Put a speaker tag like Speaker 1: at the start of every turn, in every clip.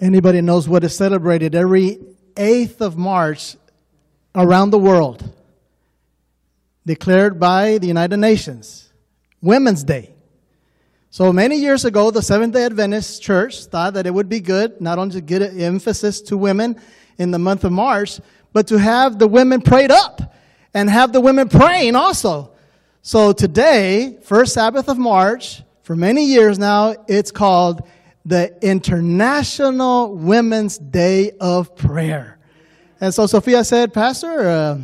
Speaker 1: Anybody knows what is celebrated every 8th of March around the world, declared by the United Nations Women's Day. So many years ago, the Seventh day Adventist Church thought that it would be good not only to get an emphasis to women in the month of March, but to have the women prayed up and have the women praying also. So today, first Sabbath of March, for many years now, it's called the International Women's Day of Prayer. And so Sophia said, Pastor, uh,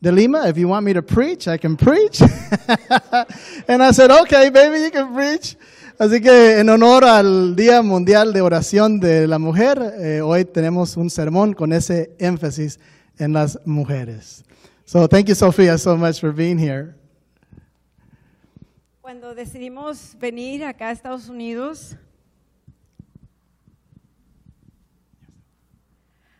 Speaker 1: De Lima, if you want me to preach, I can preach. and I said, okay, baby, you can preach. Así que en honor al Día Mundial de Oración de la Mujer, eh, hoy tenemos un sermón con ese énfasis en las mujeres. So thank you, Sophia, so much for being here.
Speaker 2: Cuando decidimos venir acá a Estados Unidos,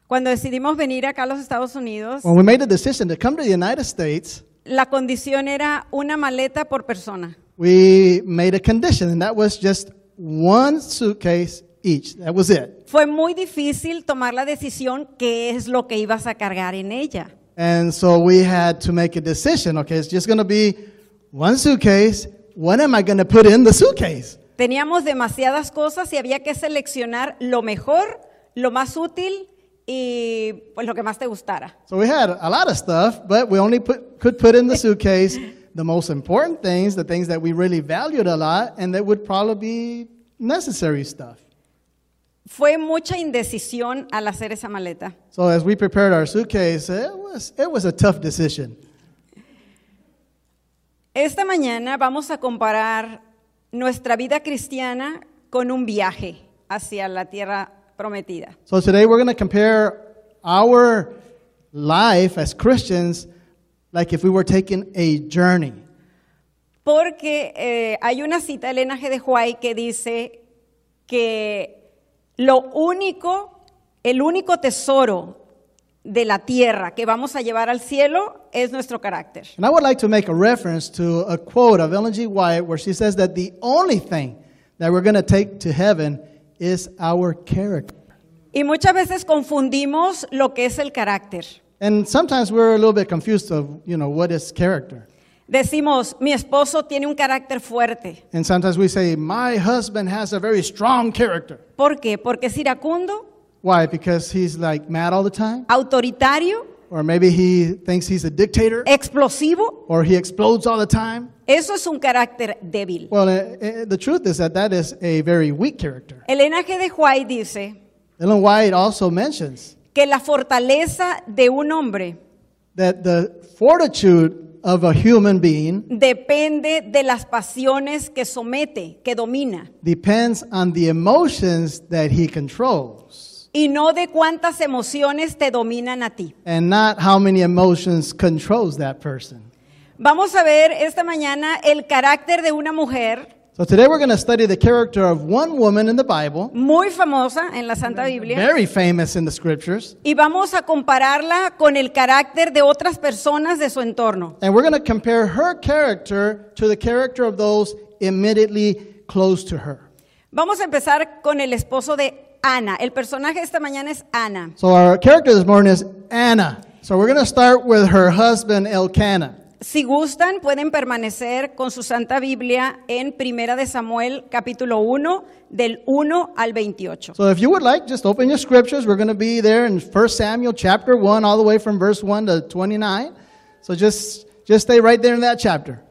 Speaker 2: cuando decidimos venir acá a los Estados Unidos,
Speaker 1: When we made the decision to come to the United States,
Speaker 2: la condición era una maleta por persona.
Speaker 1: we made a condition, and that was just one suitcase each. That was it.
Speaker 2: Fue muy difícil tomar la decisión qué es lo que ibas a cargar en ella.
Speaker 1: And so we had to make a decision okay, it's just going to be one suitcase. What am I going to put in the suitcase?
Speaker 2: Teníamos demasiadas cosas y había que seleccionar lo mejor, lo más útil y pues lo que más te gustara.
Speaker 1: So we had a lot of stuff, but we only put, could put in the suitcase the most important things, the things that we really valued a lot, and that would probably be necessary stuff.
Speaker 2: Fue mucha indecisión al hacer esa maleta.
Speaker 1: So as we prepared our suitcase, it was, it was a tough decision.
Speaker 2: Esta mañana vamos a comparar nuestra vida cristiana con un viaje hacia la tierra prometida.
Speaker 1: So today we're going to compare our life as Christians like if we were taking a journey.
Speaker 2: Porque eh, hay una cita del Elena G. de Huay que dice que lo único, el único tesoro de la tierra que vamos a llevar al cielo es nuestro carácter.
Speaker 1: And I would like to make a reference to a quote of Ellen G. White where she says that the only thing that we're going to take to heaven is our character.
Speaker 2: Y muchas veces confundimos lo que es el carácter.
Speaker 1: And sometimes we're a little bit confused of, you know, what is character?
Speaker 2: Decimos, mi esposo tiene un carácter fuerte.
Speaker 1: And sometimes we say, my husband has a very strong character.
Speaker 2: ¿Por qué? Porque es iracundo,
Speaker 1: Why? Because he's like mad all the time?
Speaker 2: autoritario,
Speaker 1: Or maybe he thinks he's a dictator?
Speaker 2: explosivo.
Speaker 1: Or he explodes all the time?
Speaker 2: Eso es un carácter débil.
Speaker 1: Well, eh, eh, the truth is that that is a very weak character.
Speaker 2: Elena G. de Huay dice
Speaker 1: Ellen White also mentions
Speaker 2: que la fortaleza de un hombre
Speaker 1: that the fortitude of a human being
Speaker 2: depende de las pasiones que somete, que domina,
Speaker 1: depends on the emotions that he controls
Speaker 2: y no de cuántas emociones te dominan a ti.
Speaker 1: and not how many emotions controls that person.
Speaker 2: Vamos a ver esta mañana el carácter de una mujer
Speaker 1: So today we're going to study the character of one woman in the Bible,
Speaker 2: muy famosa en la Santa Biblia.
Speaker 1: very famous in the scriptures,
Speaker 2: Y vamos a compararla con el carácter de otras personas de su entorno.
Speaker 1: and we're going to compare her character to the character of those immediately close to her.
Speaker 2: Vamos a empezar con el esposo de Ana. El personaje de esta mañana es Ana.
Speaker 1: So our character this morning is Anna. So we're going to start with her husband Elkanah.
Speaker 2: Si gustan, pueden permanecer con su Santa Biblia en Primera de Samuel, capítulo 1, del 1 al 28.
Speaker 1: So if you would like, just open your scriptures. We're going to be there in 1 Samuel chapter 1 all the way from verse 1 to 29. So just just stay right there in that chapter.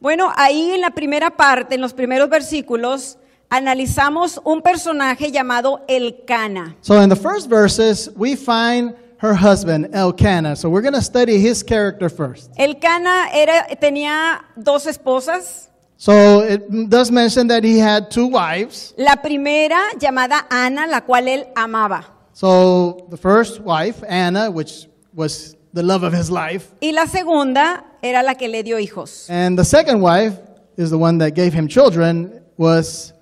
Speaker 2: Bueno, ahí en la primera parte, en los primeros versículos, analizamos un personaje llamado Elcana.
Speaker 1: So in the first verses, we find her husband Elkanah. So we're going to study his character first.
Speaker 2: Elcana era, tenía dos esposas.
Speaker 1: So it does mention that he had two wives.
Speaker 2: La primera llamada Ana, la cual él amaba.
Speaker 1: So the first wife, Anna, which was the love of his life,
Speaker 2: Y la segunda era la que le dio hijos.
Speaker 1: and the second wife is the one that gave him children was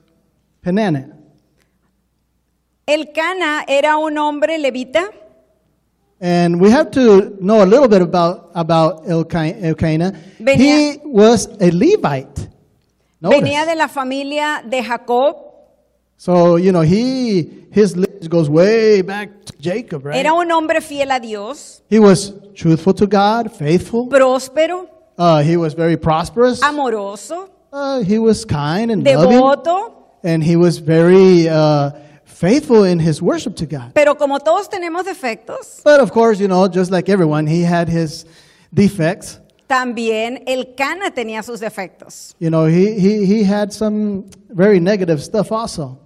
Speaker 1: Peninnah.
Speaker 2: Elcana era un hombre levita.
Speaker 1: And we have to know a little bit about about Elki- Elkanah.
Speaker 2: Venía-
Speaker 1: He was a Levite.
Speaker 2: Venía
Speaker 1: Notice.
Speaker 2: de la familia de Jacob.
Speaker 1: So you know he his li- it goes way back to Jacob, right?
Speaker 2: Era un hombre fiel a Dios,
Speaker 1: He was truthful to God, faithful.
Speaker 2: próspero,
Speaker 1: Uh, he was very prosperous.
Speaker 2: amoroso,
Speaker 1: Uh, he was kind and loving.
Speaker 2: devoto,
Speaker 1: And he was very uh, faithful in his worship to God.
Speaker 2: pero como todos tenemos defectos,
Speaker 1: But of course, you know, just like everyone, he had his defects.
Speaker 2: también el Cana tenía sus defectos.
Speaker 1: You know, he, he, he had some very negative stuff also.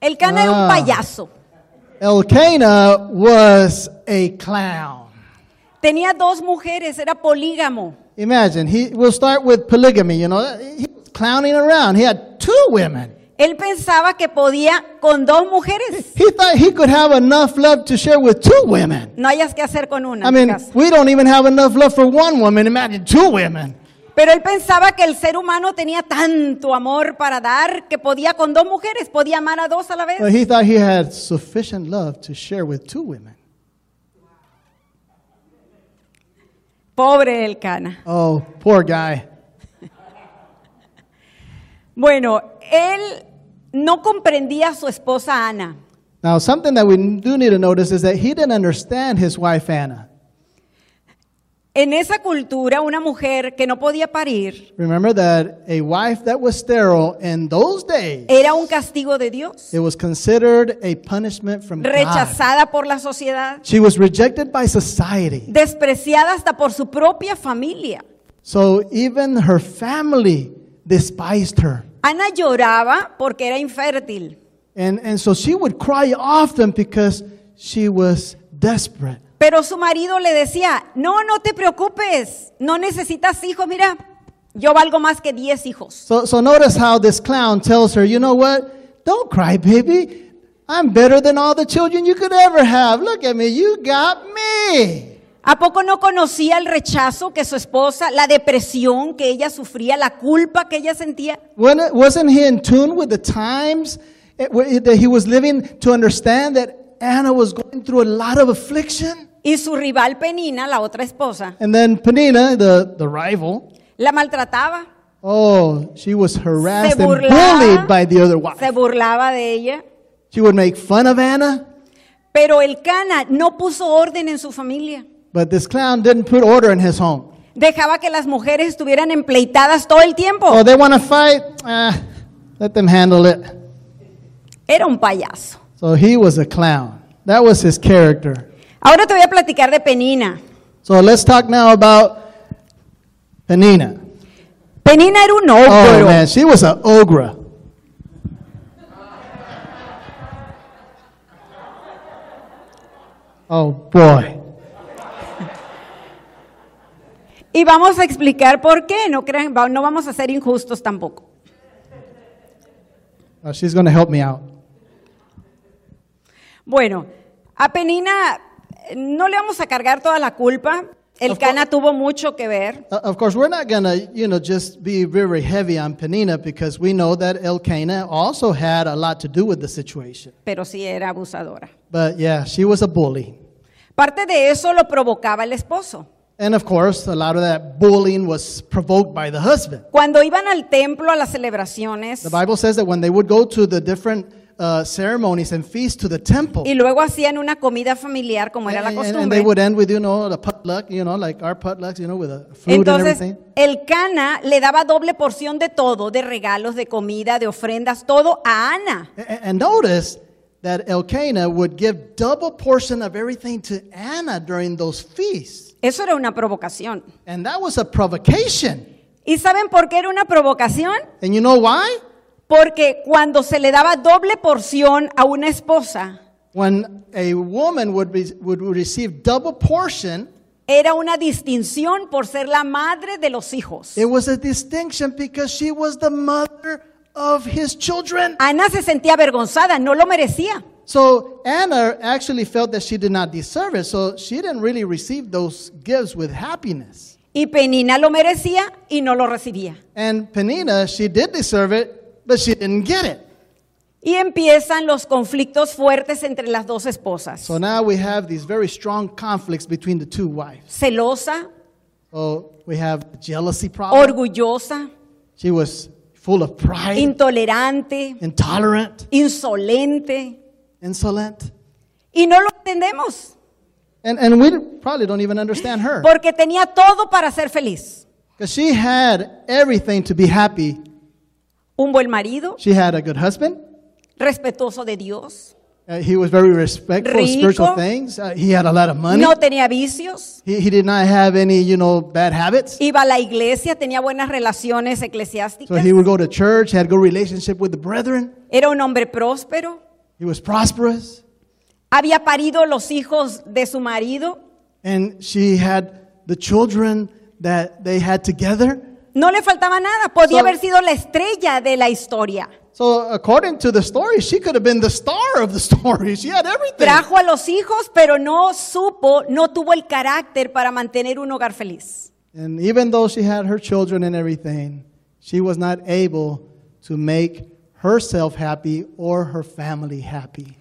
Speaker 2: El Cana era
Speaker 1: Ah.
Speaker 2: un payaso.
Speaker 1: Elkanah was a clown.
Speaker 2: Tenía dos mujeres, era polígamo.
Speaker 1: Imagine, he, we'll start with polygamy, you know, he was clowning around. He had two women.
Speaker 2: Él pensaba que podía con dos mujeres.
Speaker 1: He thought he could have enough love to share with two women.
Speaker 2: No hayas que hacer con una.
Speaker 1: I
Speaker 2: en tu
Speaker 1: mean,
Speaker 2: casa.
Speaker 1: we don't even have enough love for one woman. Imagine two women.
Speaker 2: Pero él pensaba que el ser humano tenía tanto amor para dar que podía con dos mujeres, podía amar a dos a la vez.
Speaker 1: But he thought he had sufficient love to share with two women.
Speaker 2: Pobre el Cana.
Speaker 1: Oh, poor guy.
Speaker 2: Bueno, él no comprendía a su esposa Ana.
Speaker 1: Now, something that we do need to notice is that he didn't understand his wife Anna.
Speaker 2: En esa cultura, una mujer que no podía parir
Speaker 1: Remember that a wife that was sterile in those days,
Speaker 2: era un castigo de Dios,
Speaker 1: it was considered a punishment from God.
Speaker 2: rechazada por la sociedad,
Speaker 1: She was rejected by society.
Speaker 2: despreciada hasta por su propia familia.
Speaker 1: So even her family despised her.
Speaker 2: Ana lloraba porque era infértil,
Speaker 1: And, and so she would cry often because she was desperate.
Speaker 2: pero su marido le decía, no, no te preocupes, no necesitas hijos, mira, yo valgo más que 10 hijos.
Speaker 1: So, so notice how this clown tells her, you know what? Don't cry, baby. I'm better than all the children you could ever have. Look at me. You got me.
Speaker 2: ¿A poco no conocía el rechazo que su esposa, la depresión que ella sufría, la culpa que ella sentía?
Speaker 1: When it- wasn't he in tune with the times at wh- eh, that he was living to understand that Anna was going through a lot of affliction?
Speaker 2: Y su rival Penina, la otra esposa,
Speaker 1: And then Penina, the, the rival,
Speaker 2: la maltrataba,
Speaker 1: oh, she was
Speaker 2: se
Speaker 1: harassed and bullied by the other
Speaker 2: burlaba, se
Speaker 1: wife.
Speaker 2: burlaba de ella.
Speaker 1: She would make fun of Anna,
Speaker 2: Pero el Cana no puso orden en su familia.
Speaker 1: but this clown didn't put order in his home.
Speaker 2: Dejaba que las mujeres estuvieran empleitadas todo el tiempo.
Speaker 1: Oh, they want to fight? Ah, let them handle it.
Speaker 2: Era un payaso.
Speaker 1: So he was a clown. That was his character.
Speaker 2: Ahora te voy a platicar de Penina.
Speaker 1: So let's talk now about Penina.
Speaker 2: Penina era un
Speaker 1: Oh,
Speaker 2: ogro.
Speaker 1: man, she was an ogre. Oh boy.
Speaker 2: y vamos a explicar por qué. No crean, va- no vamos a ser injustos tampoco.
Speaker 1: Oh, she's going to help me out.
Speaker 2: Bueno, a Penina eh, no le vamos a cargar toda la culpa. El
Speaker 1: Of course.
Speaker 2: Cana tuvo mucho que ver.
Speaker 1: Uh, of course, we're not going to, you know, just be very heavy on Penina because we know that Elkanah also had a lot to do with the situation.
Speaker 2: pero sí era abusadora.
Speaker 1: But yeah, she was a bully.
Speaker 2: Parte de eso lo provocaba el esposo.
Speaker 1: And of course, a lot of that bullying was provoked by the husband.
Speaker 2: Cuando iban al templo a las celebraciones
Speaker 1: The Bible says that when they would go to the different uh, ceremonies and feasts to the temple,
Speaker 2: y luego hacían una comida familiar como era la
Speaker 1: and, and- and Eh, they
Speaker 2: costumbre,
Speaker 1: would end with, you know, the potluck, you know, like our potlucks, you know, with a food and
Speaker 2: entonces
Speaker 1: everything.
Speaker 2: el cana le daba doble porción de todo, de regalos, de comida, de ofrendas, todo a Ana.
Speaker 1: A- a- And, notice that Elkanah would give double portion of everything to Anna during those feasts.
Speaker 2: Eso era una provocación.
Speaker 1: And that was a provocation.
Speaker 2: ¿Y saben por qué era una provocación?
Speaker 1: And you know why?
Speaker 2: Porque cuando se le daba doble porción a una esposa,
Speaker 1: When a woman would, be, would receive double portion
Speaker 2: era una distinción por ser la madre de los hijos.
Speaker 1: It was a distinction because she was the mother of his children.
Speaker 2: Ana se sentía avergonzada, no lo merecía.
Speaker 1: So Anna actually felt that she did not deserve it, so she didn't really receive those gifts with happiness.
Speaker 2: Y Penina lo merecía y no lo recibía.
Speaker 1: And Penina, she did deserve it, but she didn't get it.
Speaker 2: Y empiezan los conflictos fuertes entre las dos esposas.
Speaker 1: So now we have these very strong conflicts between the two wives.
Speaker 2: Celosa,
Speaker 1: So we have jealousy problem.
Speaker 2: orgullosa,
Speaker 1: She was full of pride,
Speaker 2: intolerante,
Speaker 1: intolerant,
Speaker 2: insolente,
Speaker 1: insolent.
Speaker 2: y no lo entendemos,
Speaker 1: And, and we probably don't even understand her.
Speaker 2: porque tenía todo para ser feliz.
Speaker 1: Because she had everything to be happy.
Speaker 2: Un buen marido,
Speaker 1: She had a good husband.
Speaker 2: respetuoso de Dios,
Speaker 1: Uh, he was very respectful of
Speaker 2: Rico.
Speaker 1: spiritual things. Uh, he had a lot of money.
Speaker 2: no tenía vicios,
Speaker 1: He, he did not have any, you know, bad habits.
Speaker 2: iba a la iglesia, tenía buenas relaciones
Speaker 1: So
Speaker 2: eclesiásticas,
Speaker 1: he would go to church, had good relationship with the brethren.
Speaker 2: era un hombre próspero,
Speaker 1: He was prosperous.
Speaker 2: había parido los hijos de su marido,
Speaker 1: And she had the children that they had together.
Speaker 2: no le faltaba nada, podía
Speaker 1: So-
Speaker 2: haber sido la estrella de la historia.
Speaker 1: So according to the story, she could have been the star of the story. She had everything.
Speaker 2: Trajo a los hijos, pero no supo, no tuvo el carácter para mantener un hogar feliz.
Speaker 1: And even though she had her children and everything, she was not able to make herself happy or her family happy.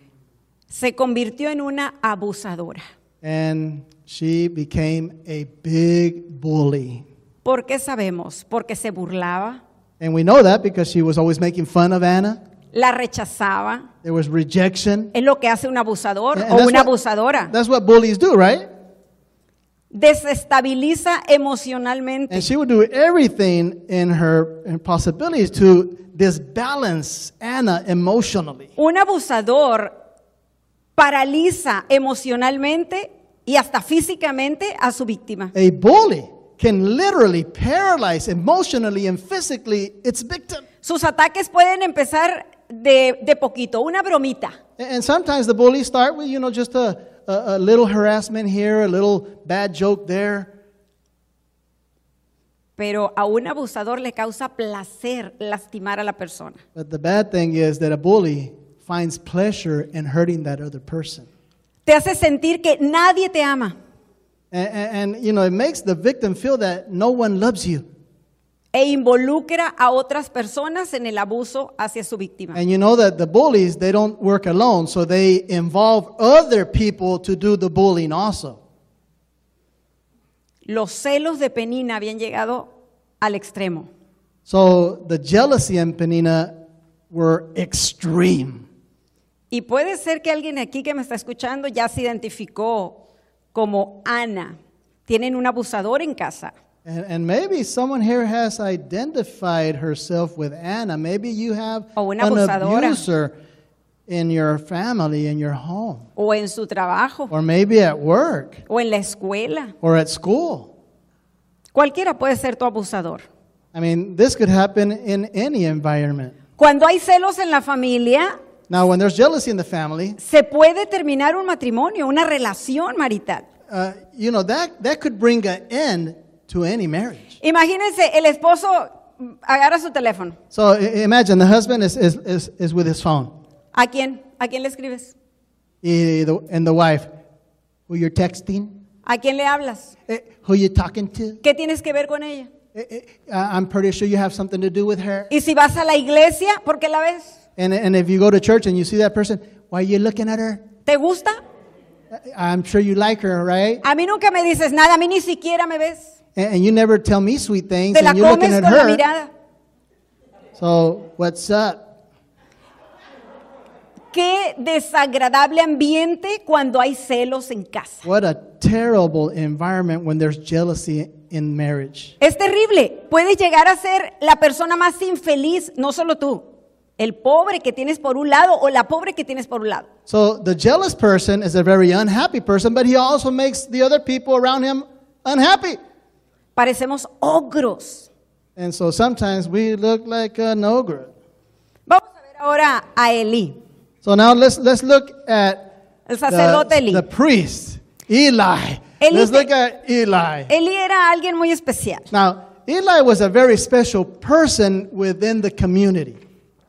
Speaker 2: Se convirtió en una abusadora.
Speaker 1: And she became a big bully.
Speaker 2: ¿Por qué sabemos? Porque se burlaba,
Speaker 1: And we know that because she was always making fun of Anna.
Speaker 2: la rechazaba.
Speaker 1: There was rejection.
Speaker 2: Es lo que hace un abusador
Speaker 1: And
Speaker 2: o
Speaker 1: that's
Speaker 2: una
Speaker 1: what-
Speaker 2: abusadora.
Speaker 1: That's what bullies do, right?
Speaker 2: Desestabiliza emocionalmente.
Speaker 1: And she would do everything in her in possibilities to disbalance Anna emotionally.
Speaker 2: Un abusador paraliza emocionalmente y hasta físicamente a su víctima.
Speaker 1: A bully can literally paralyze emotionally and physically its victim.
Speaker 2: Sus ataques pueden empezar de, de poquito, una bromita.
Speaker 1: And- And sometimes the bullies start with, you know, just a, a, a little harassment here, a little bad joke there.
Speaker 2: Pero a un abusador le causa placer lastimar a la persona.
Speaker 1: But the bad thing is that a bully finds pleasure in hurting that other person.
Speaker 2: Te hace sentir que nadie te ama.
Speaker 1: And, and, and, you know, it makes the victim feel that no one loves you.
Speaker 2: e involucra a otras personas en el abuso hacia su víctima.
Speaker 1: And you know that the bullies, they don't work alone, so they involve other people to do the bullying also.
Speaker 2: Los celos de Penina habían llegado al extremo.
Speaker 1: So the jealousy and Penina were extreme.
Speaker 2: Y puede ser que alguien aquí que me está escuchando ya se identificó como Ana. Tienen un abusador en casa.
Speaker 1: And, and maybe someone here has identified herself with Anna. Maybe you have
Speaker 2: O Oh, una
Speaker 1: an
Speaker 2: abusadora.
Speaker 1: abuser in your family, in your home,
Speaker 2: O en su trabajo,
Speaker 1: or maybe at work,
Speaker 2: o en la escuela.
Speaker 1: or at school.
Speaker 2: Cualquiera puede ser tu abusador.
Speaker 1: I mean, this could happen in any environment.
Speaker 2: Cuando hay celos en la familia,
Speaker 1: Now, when there's jealousy in the family,
Speaker 2: se puede terminar un matrimonio, una relación marital.
Speaker 1: uh, you know that that could bring an end to any marriage.
Speaker 2: Imagínense, el esposo mm, agarra su teléfono.
Speaker 1: So i- imagine the husband is is, is, is with his phone,
Speaker 2: ¿A quién? ¿A quién le escribes?
Speaker 1: Eh, the- and the wife, who you're texting,
Speaker 2: ¿A quién le hablas?
Speaker 1: Eh, who you talking to.
Speaker 2: ¿Qué tienes que ver con ella?
Speaker 1: Eh, eh, I- I'm pretty sure you have something to do with her.
Speaker 2: Y si vas a la iglesia, ¿por qué la ves?
Speaker 1: And and if you go to church and you see that person, why are you looking at her?
Speaker 2: ¿Te gusta?
Speaker 1: I- I'm sure you like her, right?
Speaker 2: A mí nunca me dices nada, a mí ni siquiera me ves.
Speaker 1: And, and you never tell me sweet things,
Speaker 2: Te la
Speaker 1: and you're looking
Speaker 2: comes
Speaker 1: at
Speaker 2: con la
Speaker 1: her.
Speaker 2: mirada.
Speaker 1: So what's up?
Speaker 2: Qué desagradable ambiente cuando hay celos en casa.
Speaker 1: What a terrible environment when there's jealousy in marriage.
Speaker 2: Es terrible. Puedes llegar a ser la persona más infeliz, no solo tú, el pobre que tienes por un lado o la pobre que tienes por un lado.
Speaker 1: So the jealous person is a very unhappy person, but he also makes the other people around him unhappy.
Speaker 2: Parecemos ogros.
Speaker 1: And so sometimes we look like an ogre.
Speaker 2: Vamos a ver ahora a Elí,
Speaker 1: So now let's let's look at
Speaker 2: el sacerdote
Speaker 1: the,
Speaker 2: Elí.
Speaker 1: the priest, Eli.
Speaker 2: Eli
Speaker 1: Let's
Speaker 2: te-
Speaker 1: look at Eli.
Speaker 2: Eli era alguien muy especial.
Speaker 1: Now, Eli was a very special person within the community.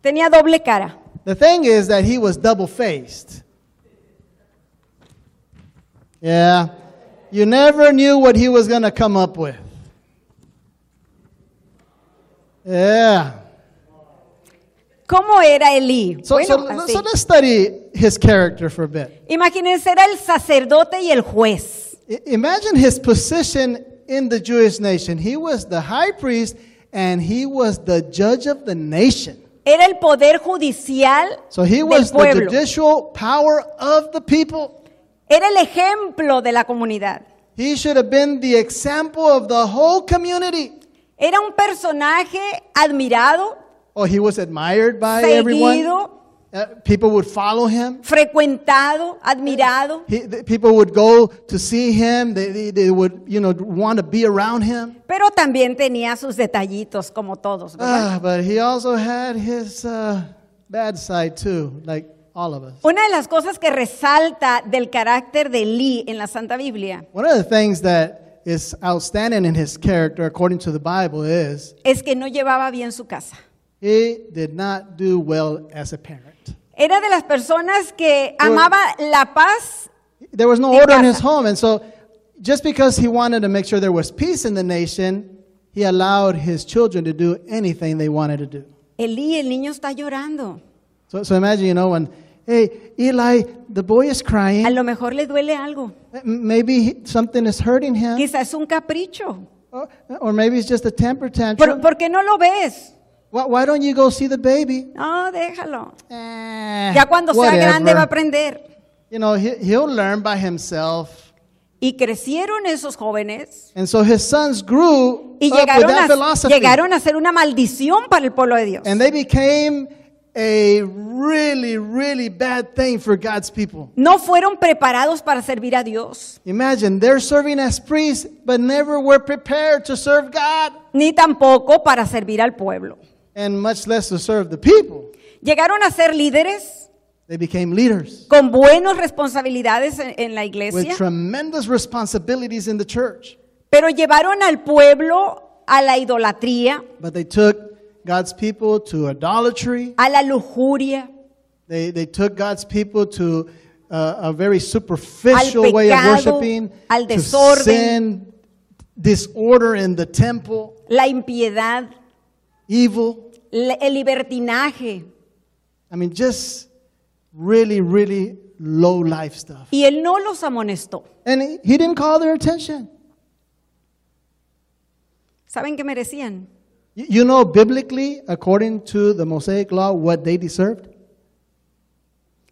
Speaker 2: Tenía doble cara.
Speaker 1: The thing is that he was double faced. Yeah. You never knew what he was going to come up with. Yeah.
Speaker 2: ¿Cómo era Elí?
Speaker 1: So,
Speaker 2: bueno,
Speaker 1: so-
Speaker 2: así.
Speaker 1: so let's study his character for a bit.
Speaker 2: Imagínense, era el sacerdote y el juez.
Speaker 1: I- imagine his position in the Jewish nation. He was the high priest and he was the judge of the nation.
Speaker 2: Era el poder judicial
Speaker 1: So he
Speaker 2: del
Speaker 1: was the
Speaker 2: pueblo.
Speaker 1: judicial power of the people.
Speaker 2: Era el ejemplo de la comunidad.
Speaker 1: He should have been the example of the whole community.
Speaker 2: Era un personaje admirado,
Speaker 1: Oh, he was admired by everyone.
Speaker 2: seguido,
Speaker 1: Uh, people would follow him.
Speaker 2: frecuentado, admirado.
Speaker 1: He, the, people would go to see him. They, they, they would, you know, want to be around him.
Speaker 2: Pero también tenía sus detallitos, como todos. ¿verdad?
Speaker 1: Ah, but he also had his uh, bad side too, like all of us.
Speaker 2: Una de las cosas que resalta del carácter de Lee en la Santa Biblia
Speaker 1: One of the things that is outstanding in his character, according to the Bible, is
Speaker 2: es que no llevaba bien su casa.
Speaker 1: he did not do well as a parent.
Speaker 2: Era de las personas que
Speaker 1: Bueno.
Speaker 2: amaba la paz,
Speaker 1: There was no
Speaker 2: En
Speaker 1: order in
Speaker 2: casa.
Speaker 1: his home, and so just because he wanted to make sure there was peace in the nation, he allowed his children to do anything they wanted to do.
Speaker 2: Elí, el niño está llorando.
Speaker 1: So, so imagine, you know, when, hey, Eli, the boy is
Speaker 2: A
Speaker 1: crying.
Speaker 2: lo mejor le duele algo.
Speaker 1: M- Maybe he- something is hurting him,
Speaker 2: Quizás es un capricho.
Speaker 1: or, or maybe it's just a temper
Speaker 2: ¿Por,
Speaker 1: tantrum.
Speaker 2: por qué no lo ves?
Speaker 1: Why, why don't you go see the baby?
Speaker 2: No, déjalo.
Speaker 1: Ya
Speaker 2: Eh, Ya cuando sea grande va a aprender.
Speaker 1: You know, he, he'll learn by himself.
Speaker 2: Y crecieron esos jóvenes
Speaker 1: And so his sons grew
Speaker 2: y
Speaker 1: up with
Speaker 2: llegaron
Speaker 1: that
Speaker 2: a,
Speaker 1: philosophy.
Speaker 2: llegaron a ser una maldición para el pueblo de Dios.
Speaker 1: And they became a really, really bad thing for God's people.
Speaker 2: No fueron preparados para servir a Dios,
Speaker 1: Imagine, they're serving as priests, but never were prepared to serve God,
Speaker 2: ni tampoco para servir al pueblo.
Speaker 1: and much less to serve the people.
Speaker 2: Llegaron a ser líderes
Speaker 1: They became leaders
Speaker 2: con buenas responsabilidades en, en la
Speaker 1: with
Speaker 2: iglesia,
Speaker 1: tremendous responsibilities in the church.
Speaker 2: pero llevaron al pueblo a la idolatría,
Speaker 1: But they took God's people to idolatry.
Speaker 2: a la lujuria,
Speaker 1: They, they took God's people to uh, a very
Speaker 2: Al
Speaker 1: superficial way of
Speaker 2: pecado,
Speaker 1: worshiping,
Speaker 2: al
Speaker 1: to
Speaker 2: desorden.
Speaker 1: sin, disorder in the temple,
Speaker 2: la impiedad,
Speaker 1: evil.
Speaker 2: le- el libertinaje.
Speaker 1: I mean, just really, really low life stuff.
Speaker 2: Y él no los amonestó.
Speaker 1: And he- he didn't call their attention.
Speaker 2: ¿Saben qué merecían?
Speaker 1: You- You know, biblically, according to the Mosaic law, what they deserved?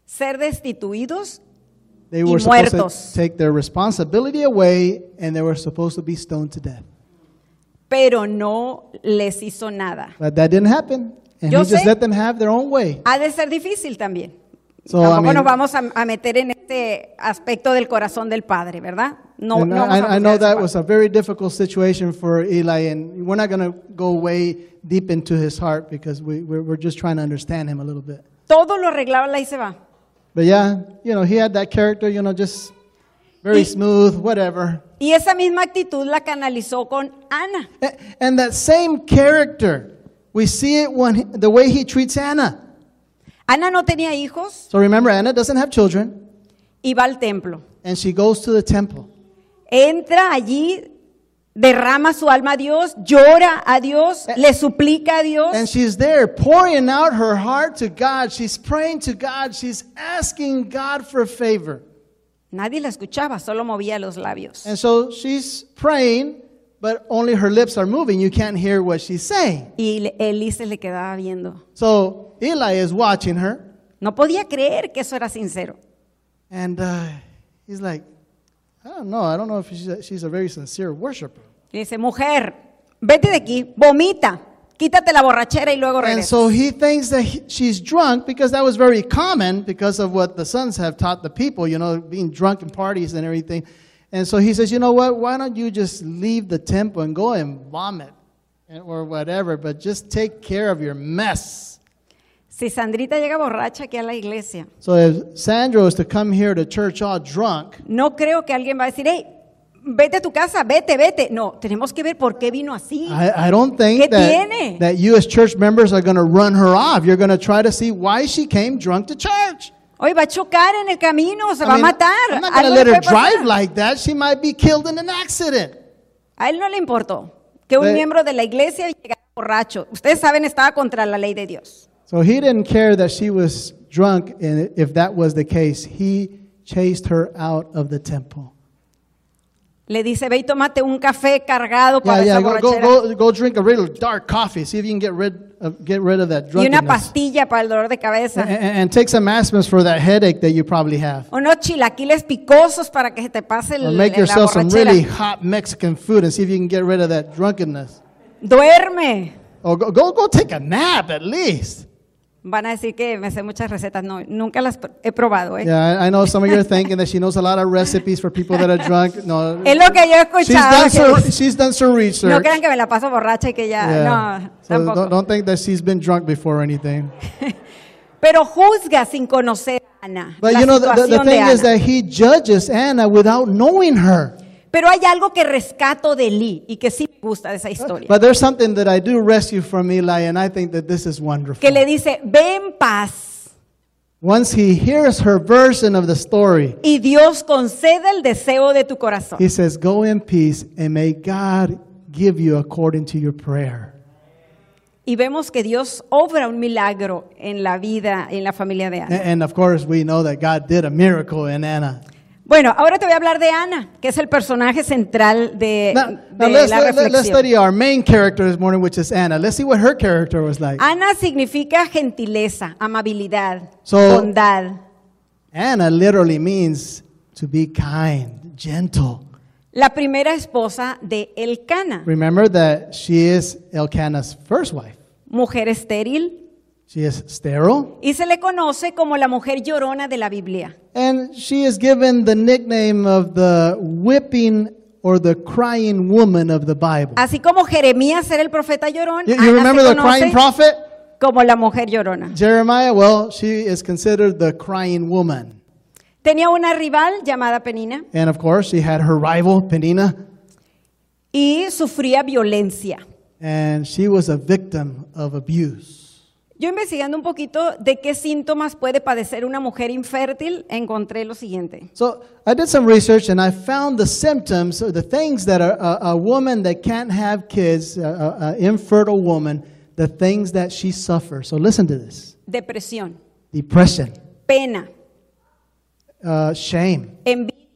Speaker 2: Ser destituidos
Speaker 1: They
Speaker 2: Y
Speaker 1: were supposed
Speaker 2: muertos.
Speaker 1: to take their responsibility away and they were supposed to be stoned to death.
Speaker 2: pero no les hizo nada.
Speaker 1: But that didn't happen. And
Speaker 2: Yo
Speaker 1: he just
Speaker 2: sé.
Speaker 1: let them have their own way.
Speaker 2: Ha de ser difícil también.
Speaker 1: So, I
Speaker 2: Tampoco
Speaker 1: mean-
Speaker 2: nos vamos a, a meter en este aspecto del corazón del padre, ¿verdad? No,
Speaker 1: and
Speaker 2: no vamos a
Speaker 1: I, I
Speaker 2: juzgar
Speaker 1: know
Speaker 2: a su
Speaker 1: that
Speaker 2: padre.
Speaker 1: was a very difficult situation for Eli, and we're not going to go way deep into his heart because we, we're, we're just trying to understand him a little bit.
Speaker 2: Todo lo arreglaba la y se va.
Speaker 1: But yeah, you know, he had that character, you know, just very
Speaker 2: Y-
Speaker 1: smooth, whatever.
Speaker 2: Y esa misma actitud la canalizó con Ana.
Speaker 1: A- And that same character, we see it when he- the way he treats Anna.
Speaker 2: Ana no tenía hijos
Speaker 1: So remember, Anna doesn't have children,
Speaker 2: y va al templo.
Speaker 1: and she goes to the temple.
Speaker 2: Entra allí, derrama su alma a Dios, llora a Dios,
Speaker 1: Eh,
Speaker 2: le suplica a Dios.
Speaker 1: And she's there pouring out her heart to God. She's praying to God. She's asking God for a favor.
Speaker 2: Nadie la escuchaba, solo movía los labios.
Speaker 1: And so she's praying, but only her lips are moving. You can't hear what she's saying.
Speaker 2: Y le- Elí se le quedaba viendo.
Speaker 1: So Eli is watching her,
Speaker 2: No podía creer que eso era sincero.
Speaker 1: and uh, he's like, I don't know. I don't know if she's a, she's a very sincere worshiper.
Speaker 2: Le dice, mujer, vete de aquí, vomita, quítate la borrachera y luego
Speaker 1: And
Speaker 2: regresa.
Speaker 1: so he thinks that he- she's drunk because that was very common because of what the sons have taught the people, you know, being drunk in parties and everything. And so he says, you know what? Why don't you just leave the temple and go and vomit and- or whatever, but just take care of your mess.
Speaker 2: Si Sandrita llega borracha aquí a la iglesia,
Speaker 1: So if Sandra was to come here to church all drunk,
Speaker 2: no creo que alguien va a decir, hey, vete a tu casa, vete, vete. No, tenemos que ver por qué vino así.
Speaker 1: I, I don't
Speaker 2: ¿Qué
Speaker 1: think
Speaker 2: tiene?
Speaker 1: that, that you as church members are going to run her off. You're going to try to see why she came drunk to church.
Speaker 2: Hoy va a chocar en el camino, se va a matar.
Speaker 1: I'm not going to
Speaker 2: Algo
Speaker 1: let
Speaker 2: le
Speaker 1: her
Speaker 2: puede pasar.
Speaker 1: drive like that. She might be killed in an accident.
Speaker 2: A él no le importó que un
Speaker 1: But-
Speaker 2: miembro de la iglesia llegara borracho. Ustedes saben, estaba contra la ley de Dios.
Speaker 1: So he didn't care that she was drunk, and if that was the case, he chased her out of the temple.
Speaker 2: Le dice, ve y tómate un café cargado para
Speaker 1: Yeah, yeah.
Speaker 2: esa
Speaker 1: Go, go,
Speaker 2: borrachera.
Speaker 1: go, go drink a real dark coffee. See if you can get rid of, get rid of that
Speaker 2: y una
Speaker 1: drunkenness.
Speaker 2: pastilla para el dolor de cabeza.
Speaker 1: And, and and take some aspirin for that headache that you probably have.
Speaker 2: Unos chilaquiles picosos para que se te pase
Speaker 1: Or
Speaker 2: el,
Speaker 1: make
Speaker 2: la
Speaker 1: yourself some
Speaker 2: borrachera.
Speaker 1: really hot Mexican food and see if you can get rid of that drunkenness.
Speaker 2: Duerme.
Speaker 1: Or go, go, go take a nap at least.
Speaker 2: Van a decir que me sé muchas recetas. No, nunca las pr- he probado. ¿eh?
Speaker 1: Yeah, I, I know some of you are thinking that she knows a lot of recipes for people that are drunk. No,
Speaker 2: Es lo que yo he
Speaker 1: she's done,
Speaker 2: escuchado. que-
Speaker 1: some, she's done some research.
Speaker 2: no crean que me la paso borracha y que ya.
Speaker 1: Yeah.
Speaker 2: No,
Speaker 1: so
Speaker 2: tampoco.
Speaker 1: don't, don't think that she's been drunk before or anything.
Speaker 2: Pero juzga sin conocer a Ana.
Speaker 1: But
Speaker 2: la
Speaker 1: you know, the, the- the
Speaker 2: situación de
Speaker 1: thing is
Speaker 2: Ana.
Speaker 1: that he judges Anna without knowing her.
Speaker 2: Pero hay algo que rescato de Lee y que sí me gusta de esa historia.
Speaker 1: But there's something that I do rescue from Eli, and I think that this is wonderful.
Speaker 2: que le dice, ve en paz
Speaker 1: Once he hears her version of the story,
Speaker 2: y Dios concede el deseo de tu corazón.
Speaker 1: he says, Go in peace, and may God give you according to your prayer.
Speaker 2: Y vemos que Dios obra un milagro en la vida, en la familia de
Speaker 1: A-
Speaker 2: Ana.
Speaker 1: And, of course, we know that God did a miracle in Anna.
Speaker 2: Bueno, ahora te voy a hablar de Ana, que es el personaje central de,
Speaker 1: Now, now
Speaker 2: de
Speaker 1: let's,
Speaker 2: Eh, la
Speaker 1: let, us
Speaker 2: reflexión.
Speaker 1: study our main character this morning, which is Anna. Let's see what her character was like.
Speaker 2: Ana significa gentileza, amabilidad,
Speaker 1: So-
Speaker 2: bondad.
Speaker 1: Anna literally means to be kind, gentle.
Speaker 2: La primera esposa de Elcana,
Speaker 1: Remember that she is Elkanah's first wife.
Speaker 2: mujer estéril,
Speaker 1: She is sterile,
Speaker 2: y se le conoce como la mujer llorona de la Biblia.
Speaker 1: and she is given the nickname of the whipping or the crying woman of the Bible.
Speaker 2: Así como Jeremías era el profeta llorón,
Speaker 1: You, you
Speaker 2: Ana se
Speaker 1: remember the
Speaker 2: conoce
Speaker 1: crying prophet?
Speaker 2: como la mujer llorona.
Speaker 1: Jeremiah? Well, she is considered the crying woman.
Speaker 2: Tenía una rival llamada Penina
Speaker 1: And of course, she had her rival, Penina,
Speaker 2: y sufría violencia.
Speaker 1: and she was a victim of abuse.
Speaker 2: Yo investigando un poquito de qué síntomas puede padecer una mujer infértil, encontré lo siguiente.
Speaker 1: So I did some research and I found the symptoms, or the things that a, a, a woman that can't have kids, an infertile woman, the things that she suffers. So listen to this
Speaker 2: Depresión,
Speaker 1: depression,
Speaker 2: pena,
Speaker 1: uh, shame,
Speaker 2: envidia,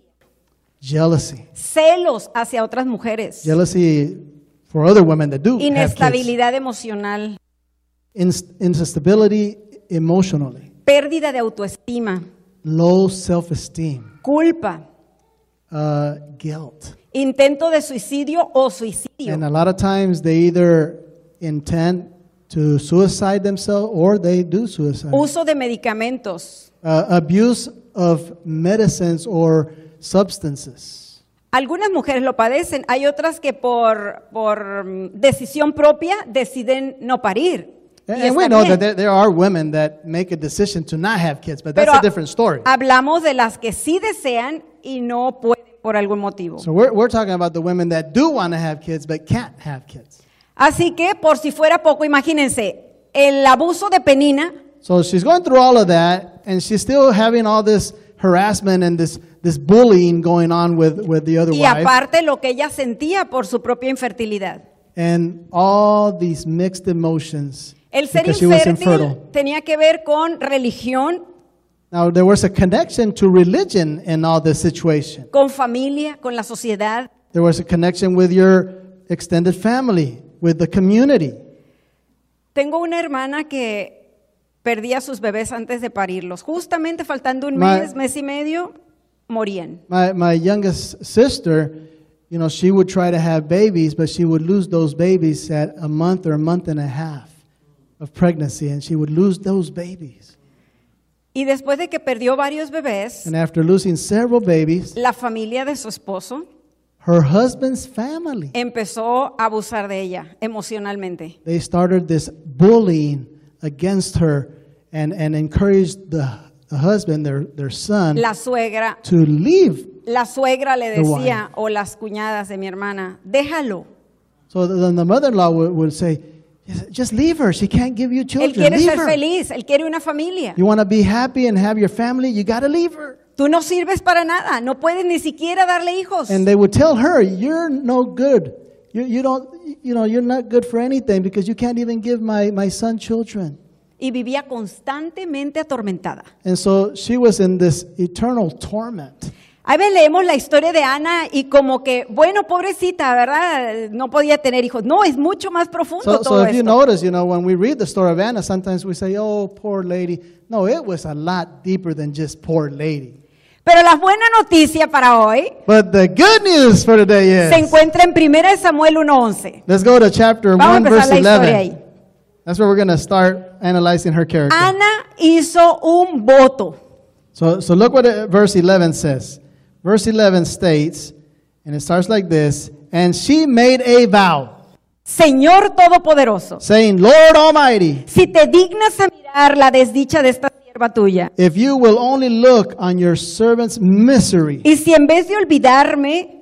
Speaker 1: jealousy,
Speaker 2: celos hacia otras mujeres,
Speaker 1: jealousy for other women that do have kids,
Speaker 2: inestabilidad emocional,
Speaker 1: Inst- instability emotionally,
Speaker 2: pérdida de autoestima,
Speaker 1: low self esteem,
Speaker 2: culpa,
Speaker 1: uh, guilt.
Speaker 2: intento de suicidio o suicidio.
Speaker 1: And a lot of times they either intend to suicide themselves or they do suicide.
Speaker 2: uso de medicamentos.
Speaker 1: Uh, abuse of medicines or substances.
Speaker 2: Algunas mujeres lo padecen, hay otras que por, por mm, decisión propia deciden no parir. Y
Speaker 1: And, and we
Speaker 2: está
Speaker 1: know
Speaker 2: bien.
Speaker 1: Eh, that there, there are women that make a decision to not have kids, but that's
Speaker 2: Pero
Speaker 1: a different story.
Speaker 2: hablamos de las que sí desean y no pueden por algún motivo.
Speaker 1: So we're, we're talking about the women that do want to have kids but can't have kids.
Speaker 2: Así que, por si fuera poco, imagínense, el abuso de Penina,
Speaker 1: So she's going through all of that, and she's still having all this harassment and this, this bullying going on with, with the other
Speaker 2: y
Speaker 1: wife,
Speaker 2: aparte lo que ella sentía por su propia infertilidad.
Speaker 1: and all these mixed emotions
Speaker 2: El ser
Speaker 1: because she was infertile.
Speaker 2: infértil tenía que ver con religión,
Speaker 1: Now there was a connection to religion in all this situation.
Speaker 2: con familia, con la sociedad.
Speaker 1: There was a connection with your extended family, with the community.
Speaker 2: Tengo una hermana que perdía sus bebés antes de parirlos. Justamente faltando un
Speaker 1: Ma-
Speaker 2: mes, mes y medio, morían.
Speaker 1: My, my youngest sister, you know, she would try to have babies, but she would lose those babies at a month or a month and a half of pregnancy, and she would lose those babies.
Speaker 2: Y después de que perdió varios bebés,
Speaker 1: And after losing several babies,
Speaker 2: la familia de su esposo
Speaker 1: her husband's family,
Speaker 2: empezó a abusar de ella emocionalmente.
Speaker 1: they started this bullying against her and, and encouraged the, the husband, their, their son,
Speaker 2: La suegra,
Speaker 1: to leave
Speaker 2: la suegra le
Speaker 1: The wife.
Speaker 2: decía, o las cuñadas de mi hermana, déjalo.
Speaker 1: So th- then the mother-in-law would, would say, "Just- "Just leave her. She can't give you
Speaker 2: Él
Speaker 1: children.
Speaker 2: quiere
Speaker 1: Leave
Speaker 2: ser
Speaker 1: her.
Speaker 2: feliz, él quiere una familia.
Speaker 1: You want to be happy and have your family. You got to leave her."
Speaker 2: Tú no sirves para nada, no puedes ni siquiera darle hijos.
Speaker 1: And they would tell her, "You're no good. You, you don't. You know, you're not good for anything because you can't even give my my son children."
Speaker 2: Y vivía constantemente atormentada.
Speaker 1: And so she was in this eternal torment.
Speaker 2: A veces leemos la historia de Ana y como que, bueno, pobrecita, ¿verdad? No podía tener hijos. No, es mucho más profundo
Speaker 1: So, so
Speaker 2: todo
Speaker 1: if you
Speaker 2: esto.
Speaker 1: notice, you know, when we read the story of Anna, sometimes we say, oh, poor lady. No, it was a lot deeper than just poor lady.
Speaker 2: Pero la buena noticia para hoy
Speaker 1: But the good news for today
Speaker 2: se
Speaker 1: is
Speaker 2: encuentra en 1 Samuel 1.11.
Speaker 1: let's go to chapter
Speaker 2: Vamos a
Speaker 1: 1,
Speaker 2: empezar
Speaker 1: verse
Speaker 2: la historia ahí.
Speaker 1: 11. That's where we're going to start analyzing her character.
Speaker 2: Ana hizo un voto.
Speaker 1: So, so look what uh, verse 11 says. Verse 11 states, and it starts like this And she made a vow,
Speaker 2: Señor Todopoderoso,
Speaker 1: saying, Lord Almighty,
Speaker 2: si te dignas a mirar la desdicha de esta sierva tuya,
Speaker 1: if you will only look on your servant's misery
Speaker 2: y si en vez de olvidarme,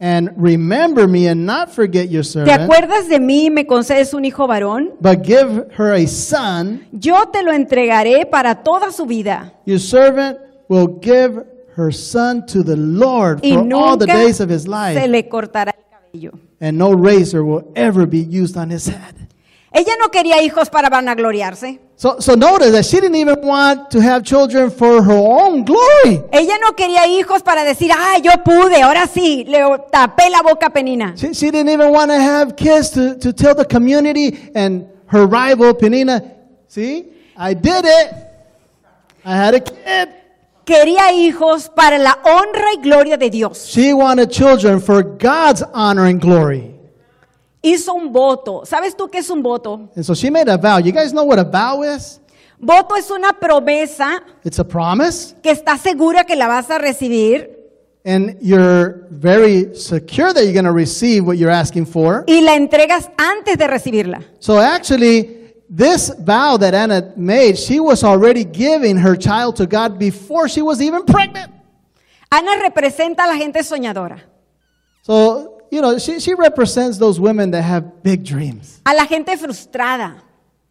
Speaker 1: and remember me and not forget your
Speaker 2: te
Speaker 1: servant,
Speaker 2: acuerdas de mí y me concedes un hijo varón,
Speaker 1: but give her a son,
Speaker 2: yo te lo entregaré para toda su vida.
Speaker 1: your servant will give her son to the Lord
Speaker 2: Y
Speaker 1: for all the
Speaker 2: nunca
Speaker 1: days of his life.
Speaker 2: se le cortará el cabello.
Speaker 1: and no razor will ever be used on his head.
Speaker 2: Ella no quería hijos para vanagloriarse.
Speaker 1: So, so notice that she didn't even want to have children for her own glory.
Speaker 2: Ella no quería hijos para decir, ah, yo pude, ahora sí, le tapé la boca a penina.
Speaker 1: She, she didn't even want to have kids to, to tell the community and her rival, Penina, see, I did it. I had a kid.
Speaker 2: Quería hijos para la honra y gloria de Dios.
Speaker 1: She wanted children for God's honor and glory.
Speaker 2: Hizo un voto. ¿Sabes tú qué es un voto?
Speaker 1: And so she made a vow. You guys know what a vow is?
Speaker 2: Voto es una promesa
Speaker 1: It's a promise,
Speaker 2: que estás segura que la vas a recibir
Speaker 1: and you're very secure that you're going to receive what you're asking for.
Speaker 2: y la entregas antes de recibirla.
Speaker 1: So actually, this vow that Anna made, she was already giving her child to God before she was even pregnant.
Speaker 2: Ana representa a la gente soñadora,
Speaker 1: So, you know, she, she represents those women that have big dreams,
Speaker 2: a la gente frustrada,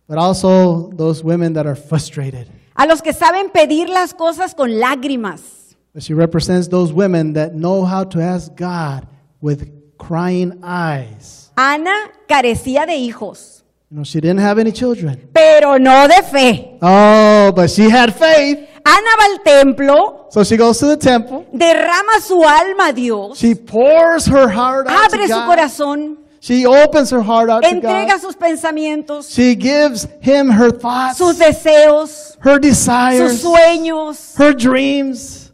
Speaker 1: but also those women that are frustrated.
Speaker 2: a los que saben pedir las cosas con lágrimas,
Speaker 1: But she represents those women that know how to ask God with crying eyes.
Speaker 2: Ana carecía de hijos,
Speaker 1: You know, she didn't have any children.
Speaker 2: pero no de fe.
Speaker 1: Oh, but she had faith.
Speaker 2: Ana va al templo,
Speaker 1: So she goes to the temple.
Speaker 2: derrama su alma a Dios,
Speaker 1: She pours her heart out to
Speaker 2: abre su
Speaker 1: God.
Speaker 2: corazón,
Speaker 1: She opens her heart out to God.
Speaker 2: entrega sus pensamientos,
Speaker 1: She gives him her thoughts,
Speaker 2: sus deseos,
Speaker 1: her
Speaker 2: sus
Speaker 1: desires,
Speaker 2: sueños,
Speaker 1: her dreams.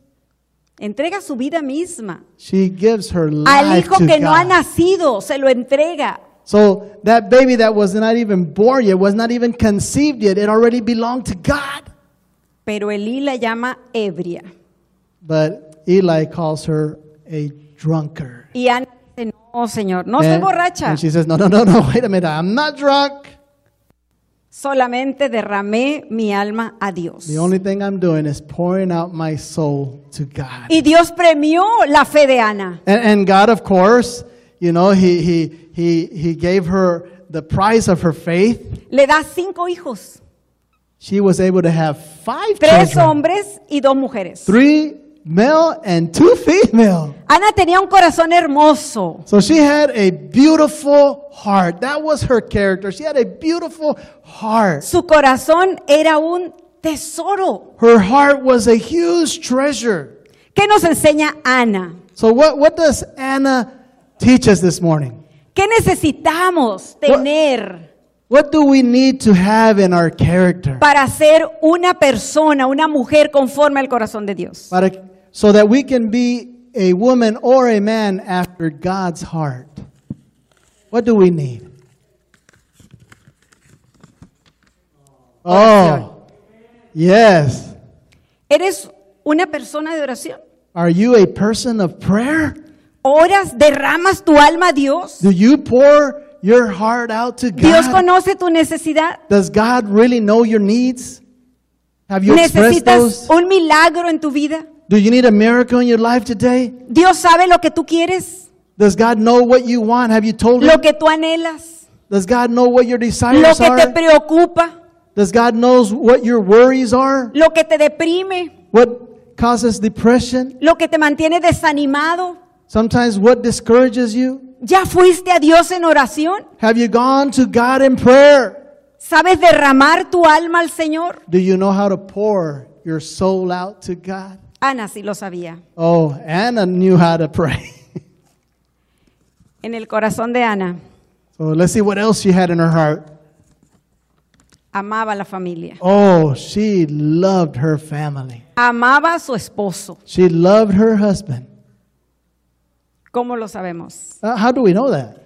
Speaker 2: entrega su vida misma.
Speaker 1: She gives her
Speaker 2: Al
Speaker 1: life
Speaker 2: hijo
Speaker 1: to
Speaker 2: que no ha
Speaker 1: God.
Speaker 2: nacido, se lo entrega.
Speaker 1: so that baby that was not even born yet, was not even conceived yet, it already belonged to God.
Speaker 2: Pero Elí la llama ebria.
Speaker 1: But Eli calls her a drunkard.
Speaker 2: Y Ana dice, no, señor, no soy
Speaker 1: And-
Speaker 2: borracha.
Speaker 1: And she says, No, no, no, no, wait a minute, I'm not drunk.
Speaker 2: Solamente derramé mi alma a Dios.
Speaker 1: The only thing I'm doing is pouring out my soul to God.
Speaker 2: Y Dios premió la fe de Ana.
Speaker 1: And, and God, of course, you know, he, he, he, he gave her the price of her faith.
Speaker 2: Le da cinco hijos,
Speaker 1: She was able to have five
Speaker 2: tres
Speaker 1: children,
Speaker 2: hombres y dos mujeres.
Speaker 1: three male and two female.
Speaker 2: Ana tenía un corazón hermoso.
Speaker 1: So she had a beautiful heart. That was her character. She had a beautiful heart.
Speaker 2: Su corazón era un tesoro.
Speaker 1: Her heart was a huge treasure.
Speaker 2: ¿Qué nos enseña Ana?
Speaker 1: So what, what does Anna teach us this morning?
Speaker 2: ¿Qué necesitamos tener
Speaker 1: What do we need to have in our character?
Speaker 2: para ser una persona, una mujer conforme al corazón de Dios?
Speaker 1: Para- so that we can be a woman or a man after God's heart. What do we need? Oh, yes.
Speaker 2: ¿Eres una persona de oración?
Speaker 1: Are you a person of prayer?
Speaker 2: ¿Oras, derramas tu alma a Dios?
Speaker 1: Do you pour your heart out to
Speaker 2: ¿Dios
Speaker 1: God?
Speaker 2: conoce tu necesidad?
Speaker 1: Does God really know your needs? Have you expressed
Speaker 2: ¿Necesitas
Speaker 1: those?
Speaker 2: un milagro en tu vida?
Speaker 1: Do you need a miracle in your life today?
Speaker 2: ¿Dios sabe lo que tú quieres?
Speaker 1: Does God know what you want? Have you told
Speaker 2: ¿Lo
Speaker 1: Him?
Speaker 2: que tú anhelas?
Speaker 1: Does God know what your
Speaker 2: ¿Lo
Speaker 1: desires
Speaker 2: que te
Speaker 1: are?
Speaker 2: preocupa?
Speaker 1: Does God knows what your worries are?
Speaker 2: ¿Lo que te deprime?
Speaker 1: What causes depression?
Speaker 2: ¿Lo que te mantiene desanimado?
Speaker 1: Sometimes what discourages you?
Speaker 2: ¿Ya fuiste a Dios en oración?
Speaker 1: Have you gone to God in prayer?
Speaker 2: ¿Sabes derramar tu alma al Señor?
Speaker 1: Do you know how to pour your soul out to God?
Speaker 2: Ana sí lo sabía.
Speaker 1: Oh, Anna knew how to pray.
Speaker 2: En el corazón de Ana
Speaker 1: so let's see what else she had in her heart.
Speaker 2: amaba a la familia,
Speaker 1: Oh, she loved her family.
Speaker 2: amaba a su esposo.
Speaker 1: She loved her husband.
Speaker 2: ¿Cómo lo sabemos?
Speaker 1: Uh, how do we know that?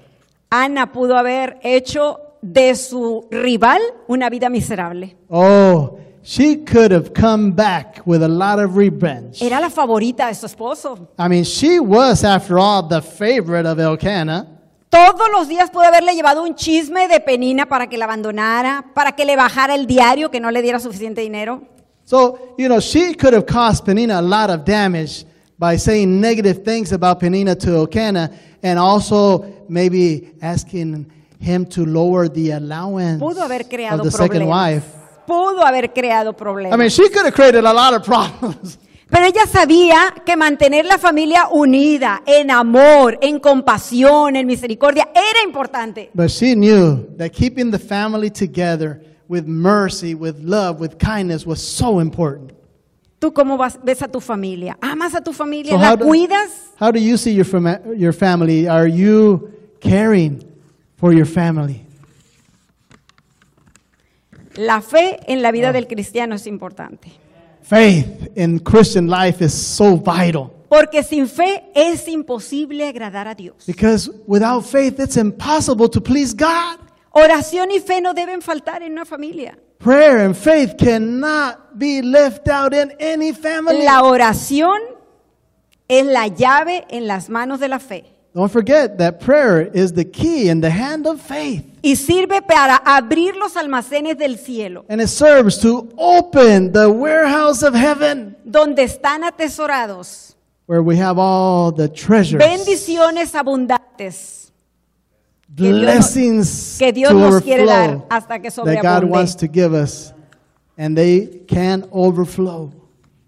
Speaker 2: Ana pudo haber hecho de su rival una vida miserable.
Speaker 1: Oh, she could have come back with a lot of revenge.
Speaker 2: Era la favorita de su esposo.
Speaker 1: I mean, she was, after all, the favorite of Elkanah.
Speaker 2: Todos los días pudo haberle llevado un chisme de Penina para que la abandonara, para que le bajara el diario, que no le diera suficiente dinero.
Speaker 1: So, you know, she could have caused Penina a lot of damage by saying negative things about Penina to Elkanah and also maybe asking him to lower the allowance
Speaker 2: Pudo haber creado
Speaker 1: of the second
Speaker 2: problemas.
Speaker 1: wife.
Speaker 2: Pudo haber creado
Speaker 1: I mean,
Speaker 2: problemas.
Speaker 1: she could have created a lot of problems.
Speaker 2: Pero ella sabía que mantener la familia unida, en amor, en compasión, en misericordia, era importante.
Speaker 1: But she knew that keeping the family together with mercy, with love, with kindness was so important.
Speaker 2: ¿Tú cómo vas- ves a tu familia? ¿Amas a tu familia?
Speaker 1: So
Speaker 2: ¿La
Speaker 1: how do-
Speaker 2: cuidas?
Speaker 1: How do you see your, fam- your family? Are you caring for your family?
Speaker 2: La fe en la
Speaker 1: Ah.
Speaker 2: vida del cristiano es importante.
Speaker 1: Faith in Christian life is so vital
Speaker 2: Porque sin fe es imposible agradar a Dios.
Speaker 1: because without faith, it's impossible to please God.
Speaker 2: Oración y fe no deben faltar en una familia.
Speaker 1: Prayer and faith cannot be left out in any family.
Speaker 2: La oración es la llave en las manos de la fe.
Speaker 1: Don't forget that prayer is the key in the hand of faith.
Speaker 2: Y sirve para abrir los almacenes del cielo,
Speaker 1: And it serves to open the warehouse of heaven
Speaker 2: donde están atesorados
Speaker 1: where we have all the treasures,
Speaker 2: bendiciones abundantes que Dios nos-
Speaker 1: blessings
Speaker 2: que Dios
Speaker 1: to
Speaker 2: nos
Speaker 1: overflow
Speaker 2: quiere dar hasta que
Speaker 1: that God
Speaker 2: sobreabunde.
Speaker 1: wants to give us, and they can overflow.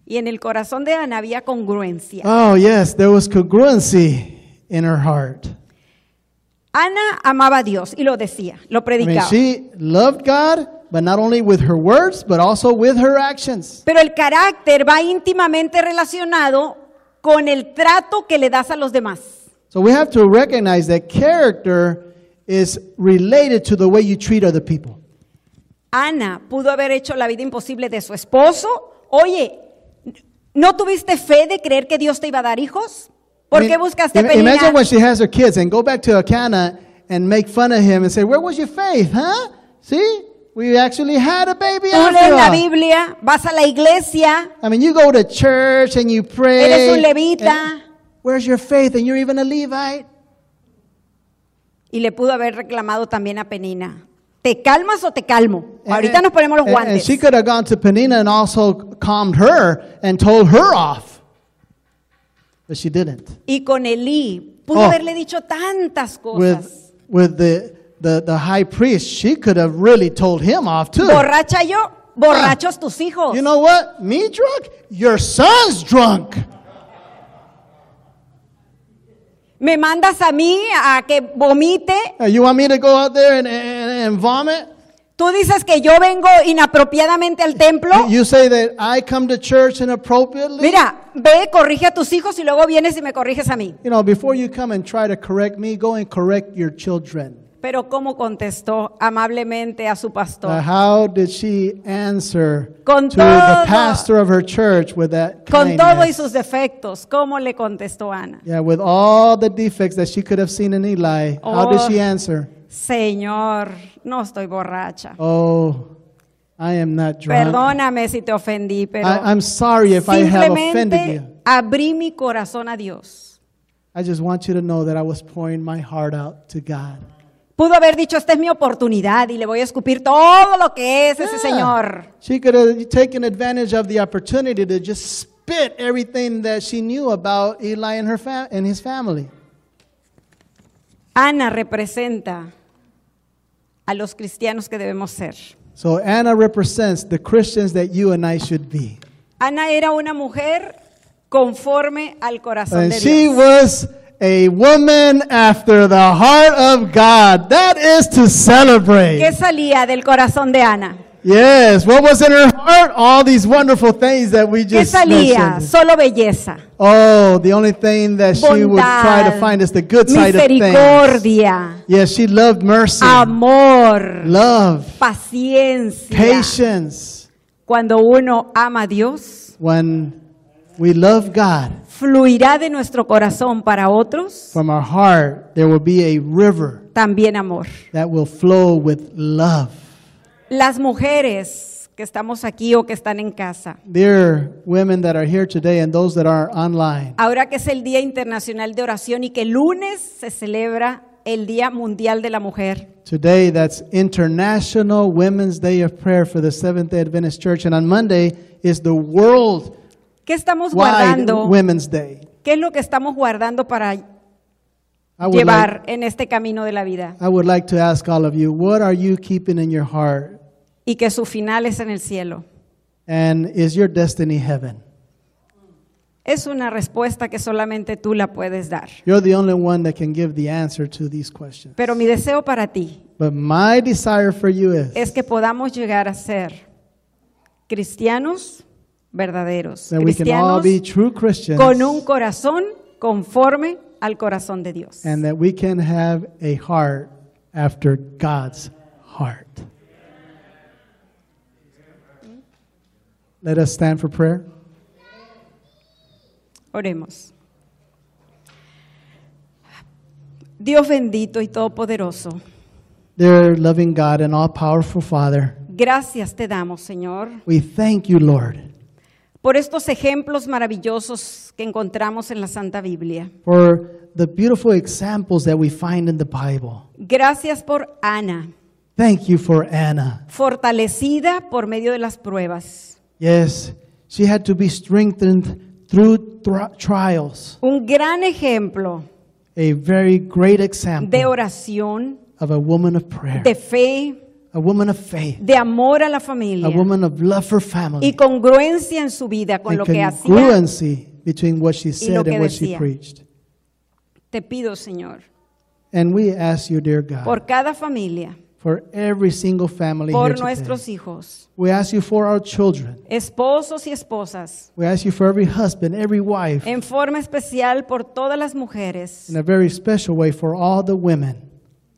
Speaker 2: Y en el corazón de Ana había congruencia.
Speaker 1: Oh, yes, there was congruency in her heart.
Speaker 2: Ana amaba a Dios y lo decía, lo
Speaker 1: I mean,
Speaker 2: predicaba.
Speaker 1: she loved God, but not only with her words, but also with her actions.
Speaker 2: Pero el carácter va íntimamente relacionado con el trato que le das a los demás.
Speaker 1: So we have to recognize that character is related to the way you treat other people.
Speaker 2: Ana pudo haber hecho la vida imposible de su esposo. Oye, ¿no tuviste fe de creer que Dios te iba a dar hijos? ¿Por
Speaker 1: I
Speaker 2: qué
Speaker 1: mean,
Speaker 2: buscaste
Speaker 1: im-
Speaker 2: Penina?
Speaker 1: Imagine when she has her kids and go back to Akana and make fun of him and say, "Where was your faith, huh? See, we actually had a baby
Speaker 2: Tú lees
Speaker 1: after
Speaker 2: la
Speaker 1: all."
Speaker 2: Biblia, vas a la iglesia,
Speaker 1: I mean, you go to church and you pray.
Speaker 2: Eres un levita.
Speaker 1: and- where's your faith? And you're even a Levite.
Speaker 2: y le pudo haber reclamado también a Penina. ¿Te calmas o te calmo? Ahorita
Speaker 1: And-
Speaker 2: nos ponemos los
Speaker 1: and- And
Speaker 2: guantes.
Speaker 1: she could have gone to Penina and also calmed her and told her off, but she didn't.
Speaker 2: Y con Elí pudo
Speaker 1: Oh.
Speaker 2: haberle dicho tantas cosas.
Speaker 1: With with the, the the high priest, she could have really told him off too.
Speaker 2: Borracha yo, borrachos tus hijos.
Speaker 1: Ah. You know what? Me drunk? Your son's drunk.
Speaker 2: Me mandas a mí a que vomite.
Speaker 1: Uh, You want me to go out there and, and, and vomit?
Speaker 2: Tú dices que yo vengo inapropiadamente al templo.
Speaker 1: You- You say that I come to church inappropriately?
Speaker 2: Mira, ve, corrige a tus hijos y luego vienes y me corriges a mí.
Speaker 1: You know, before you come and try to correct me, go and correct your children.
Speaker 2: Pero cómo contestó amablemente a su
Speaker 1: Uh,
Speaker 2: pastor.
Speaker 1: how did she answer
Speaker 2: Con
Speaker 1: to the
Speaker 2: todo-
Speaker 1: pastor of her church with that
Speaker 2: Con todo y
Speaker 1: kindness?
Speaker 2: sus defectos, ¿cómo le contestó Ana?
Speaker 1: Yeah, with all the defects that she could have seen in Eli, how did
Speaker 2: Oh.
Speaker 1: she answer?
Speaker 2: Señor, no estoy borracha.
Speaker 1: Oh, I am not drunk.
Speaker 2: Perdóname si te ofendí, pero
Speaker 1: I, I'm sorry if I have offended
Speaker 2: simplemente
Speaker 1: you.
Speaker 2: abrí mi corazón a Dios.
Speaker 1: I just want you to know that I was pouring my heart out to God.
Speaker 2: Pudo haber dicho, esta es mi oportunidad y le voy a escupir todo lo que es ese
Speaker 1: Yeah.
Speaker 2: señor.
Speaker 1: She could have taken advantage of the opportunity to just spit everything that she knew about Eli and her fam- and his family.
Speaker 2: Ana representa a los cristianos que debemos ser.
Speaker 1: So Anna represents the Christians that you and I should be.
Speaker 2: Ana era una mujer conforme al corazón
Speaker 1: And
Speaker 2: de
Speaker 1: she
Speaker 2: Dios.
Speaker 1: was a woman after the heart of God. That is to celebrate.
Speaker 2: ¿Qué salía del corazón de Ana?
Speaker 1: Yes, what was in her heart? All these wonderful things that we
Speaker 2: ¿Qué
Speaker 1: just
Speaker 2: salía?
Speaker 1: mentioned.
Speaker 2: Solo belleza,
Speaker 1: Oh, the only thing that she would try to
Speaker 2: bondad,
Speaker 1: find is the good side of things.
Speaker 2: misericordia,
Speaker 1: Yes, she loved mercy,
Speaker 2: Um, amor,
Speaker 1: love,
Speaker 2: paciencia.
Speaker 1: patience.
Speaker 2: Cuando uno ama a Dios,
Speaker 1: When we love God
Speaker 2: fluirá de nuestro corazón para otros
Speaker 1: from our heart, there will be a river
Speaker 2: también amor.
Speaker 1: that will flow with love.
Speaker 2: Las mujeres que estamos aquí o que están en casa,
Speaker 1: Dear women that are here today and those that are online,
Speaker 2: ahora que es el Día Internacional de Oración y que el lunes se celebra el Día Mundial de la Mujer,
Speaker 1: today that's International Women's Day of Prayer for the Seventh day Adventist Church, and on Monday is the World
Speaker 2: ¿qué
Speaker 1: Wide
Speaker 2: estamos guardando?
Speaker 1: Women's Day.
Speaker 2: ¿Qué es lo que estamos guardando para
Speaker 1: I would, like,
Speaker 2: llevar en este camino de la vida?
Speaker 1: I would like to ask all of you, what are you keeping in your heart?
Speaker 2: Y que su final es en el cielo.
Speaker 1: And is your destiny heaven?
Speaker 2: Es una respuesta que solamente tú la puedes dar.
Speaker 1: You're the only one that can give the answer to these questions.
Speaker 2: Pero mi deseo para ti
Speaker 1: But my desire for you
Speaker 2: es
Speaker 1: is
Speaker 2: que podamos llegar a ser cristianos verdaderos,
Speaker 1: that we can all
Speaker 2: cristianos
Speaker 1: be true Christians
Speaker 2: con un corazón conforme al corazón de Dios.
Speaker 1: and that we can have a heart after God's heart. Let us stand for prayer.
Speaker 2: Oremos. Dios bendito y todopoderoso,
Speaker 1: Dear loving God and all powerful Father,
Speaker 2: gracias te damos, Señor,
Speaker 1: we thank you, Lord,
Speaker 2: por estos ejemplos maravillosos que encontramos en la Santa Biblia.
Speaker 1: for the beautiful examples that we find in the Bible.
Speaker 2: Gracias por Ana,
Speaker 1: Thank you for Anna.
Speaker 2: fortalecida por medio de las pruebas.
Speaker 1: Yes, she had to be strengthened through thri- trials,
Speaker 2: Un gran ejemplo
Speaker 1: a very great
Speaker 2: de
Speaker 1: example
Speaker 2: oración,
Speaker 1: of a woman of prayer,
Speaker 2: de fe,
Speaker 1: a woman of faith.
Speaker 2: de amor a la
Speaker 1: a
Speaker 2: familia
Speaker 1: woman of love for
Speaker 2: y
Speaker 1: family
Speaker 2: congruencia en su vida con
Speaker 1: and
Speaker 2: lo que hacía.
Speaker 1: congruency between what she said
Speaker 2: que
Speaker 1: and what she
Speaker 2: decía.
Speaker 1: preached.
Speaker 2: Te pido, Señor,
Speaker 1: And we ask you, dear God,
Speaker 2: por cada familia,
Speaker 1: for every single family here
Speaker 2: por
Speaker 1: today.
Speaker 2: nuestros hijos,
Speaker 1: We ask you for our children.
Speaker 2: esposos y esposas,
Speaker 1: We ask you for every husband, every wife,
Speaker 2: en forma especial por todas las mujeres,
Speaker 1: in a very special way for all the women,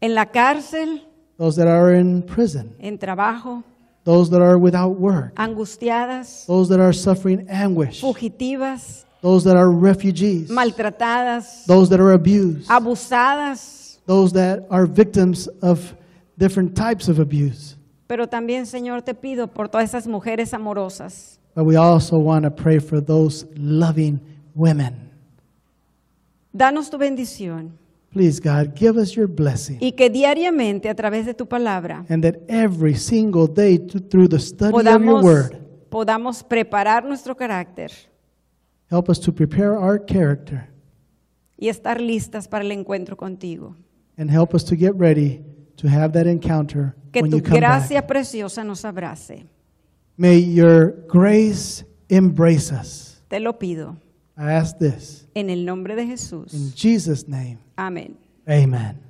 Speaker 2: en la cárcel,
Speaker 1: those that are in prison,
Speaker 2: en trabajo,
Speaker 1: those that are without work,
Speaker 2: angustiadas,
Speaker 1: those that are suffering anguish,
Speaker 2: fugitivas,
Speaker 1: those that are refugees,
Speaker 2: maltratadas,
Speaker 1: those that are abused,
Speaker 2: abusadas,
Speaker 1: those that are victims of different types of abuse.
Speaker 2: pero también, Señor, te pido por todas esas mujeres amorosas
Speaker 1: But we also want to pray for those loving women.
Speaker 2: Danos tu bendición
Speaker 1: Please, God, give us your blessing.
Speaker 2: y que diariamente a través de tu palabra
Speaker 1: And that every single day t- through the study of your
Speaker 2: podamos,
Speaker 1: word,
Speaker 2: podamos preparar nuestro carácter
Speaker 1: help us to prepare our character
Speaker 2: y estar listas para el encuentro contigo.
Speaker 1: and help us to get ready to have that encounter
Speaker 2: Que
Speaker 1: when
Speaker 2: tu
Speaker 1: you come
Speaker 2: gracia
Speaker 1: back.
Speaker 2: preciosa nos abrace.
Speaker 1: May your grace embrace us.
Speaker 2: Te lo pido
Speaker 1: I ask this
Speaker 2: en el nombre de
Speaker 1: in
Speaker 2: Jesús.
Speaker 1: Jesus' name.
Speaker 2: Amén.
Speaker 1: Amen.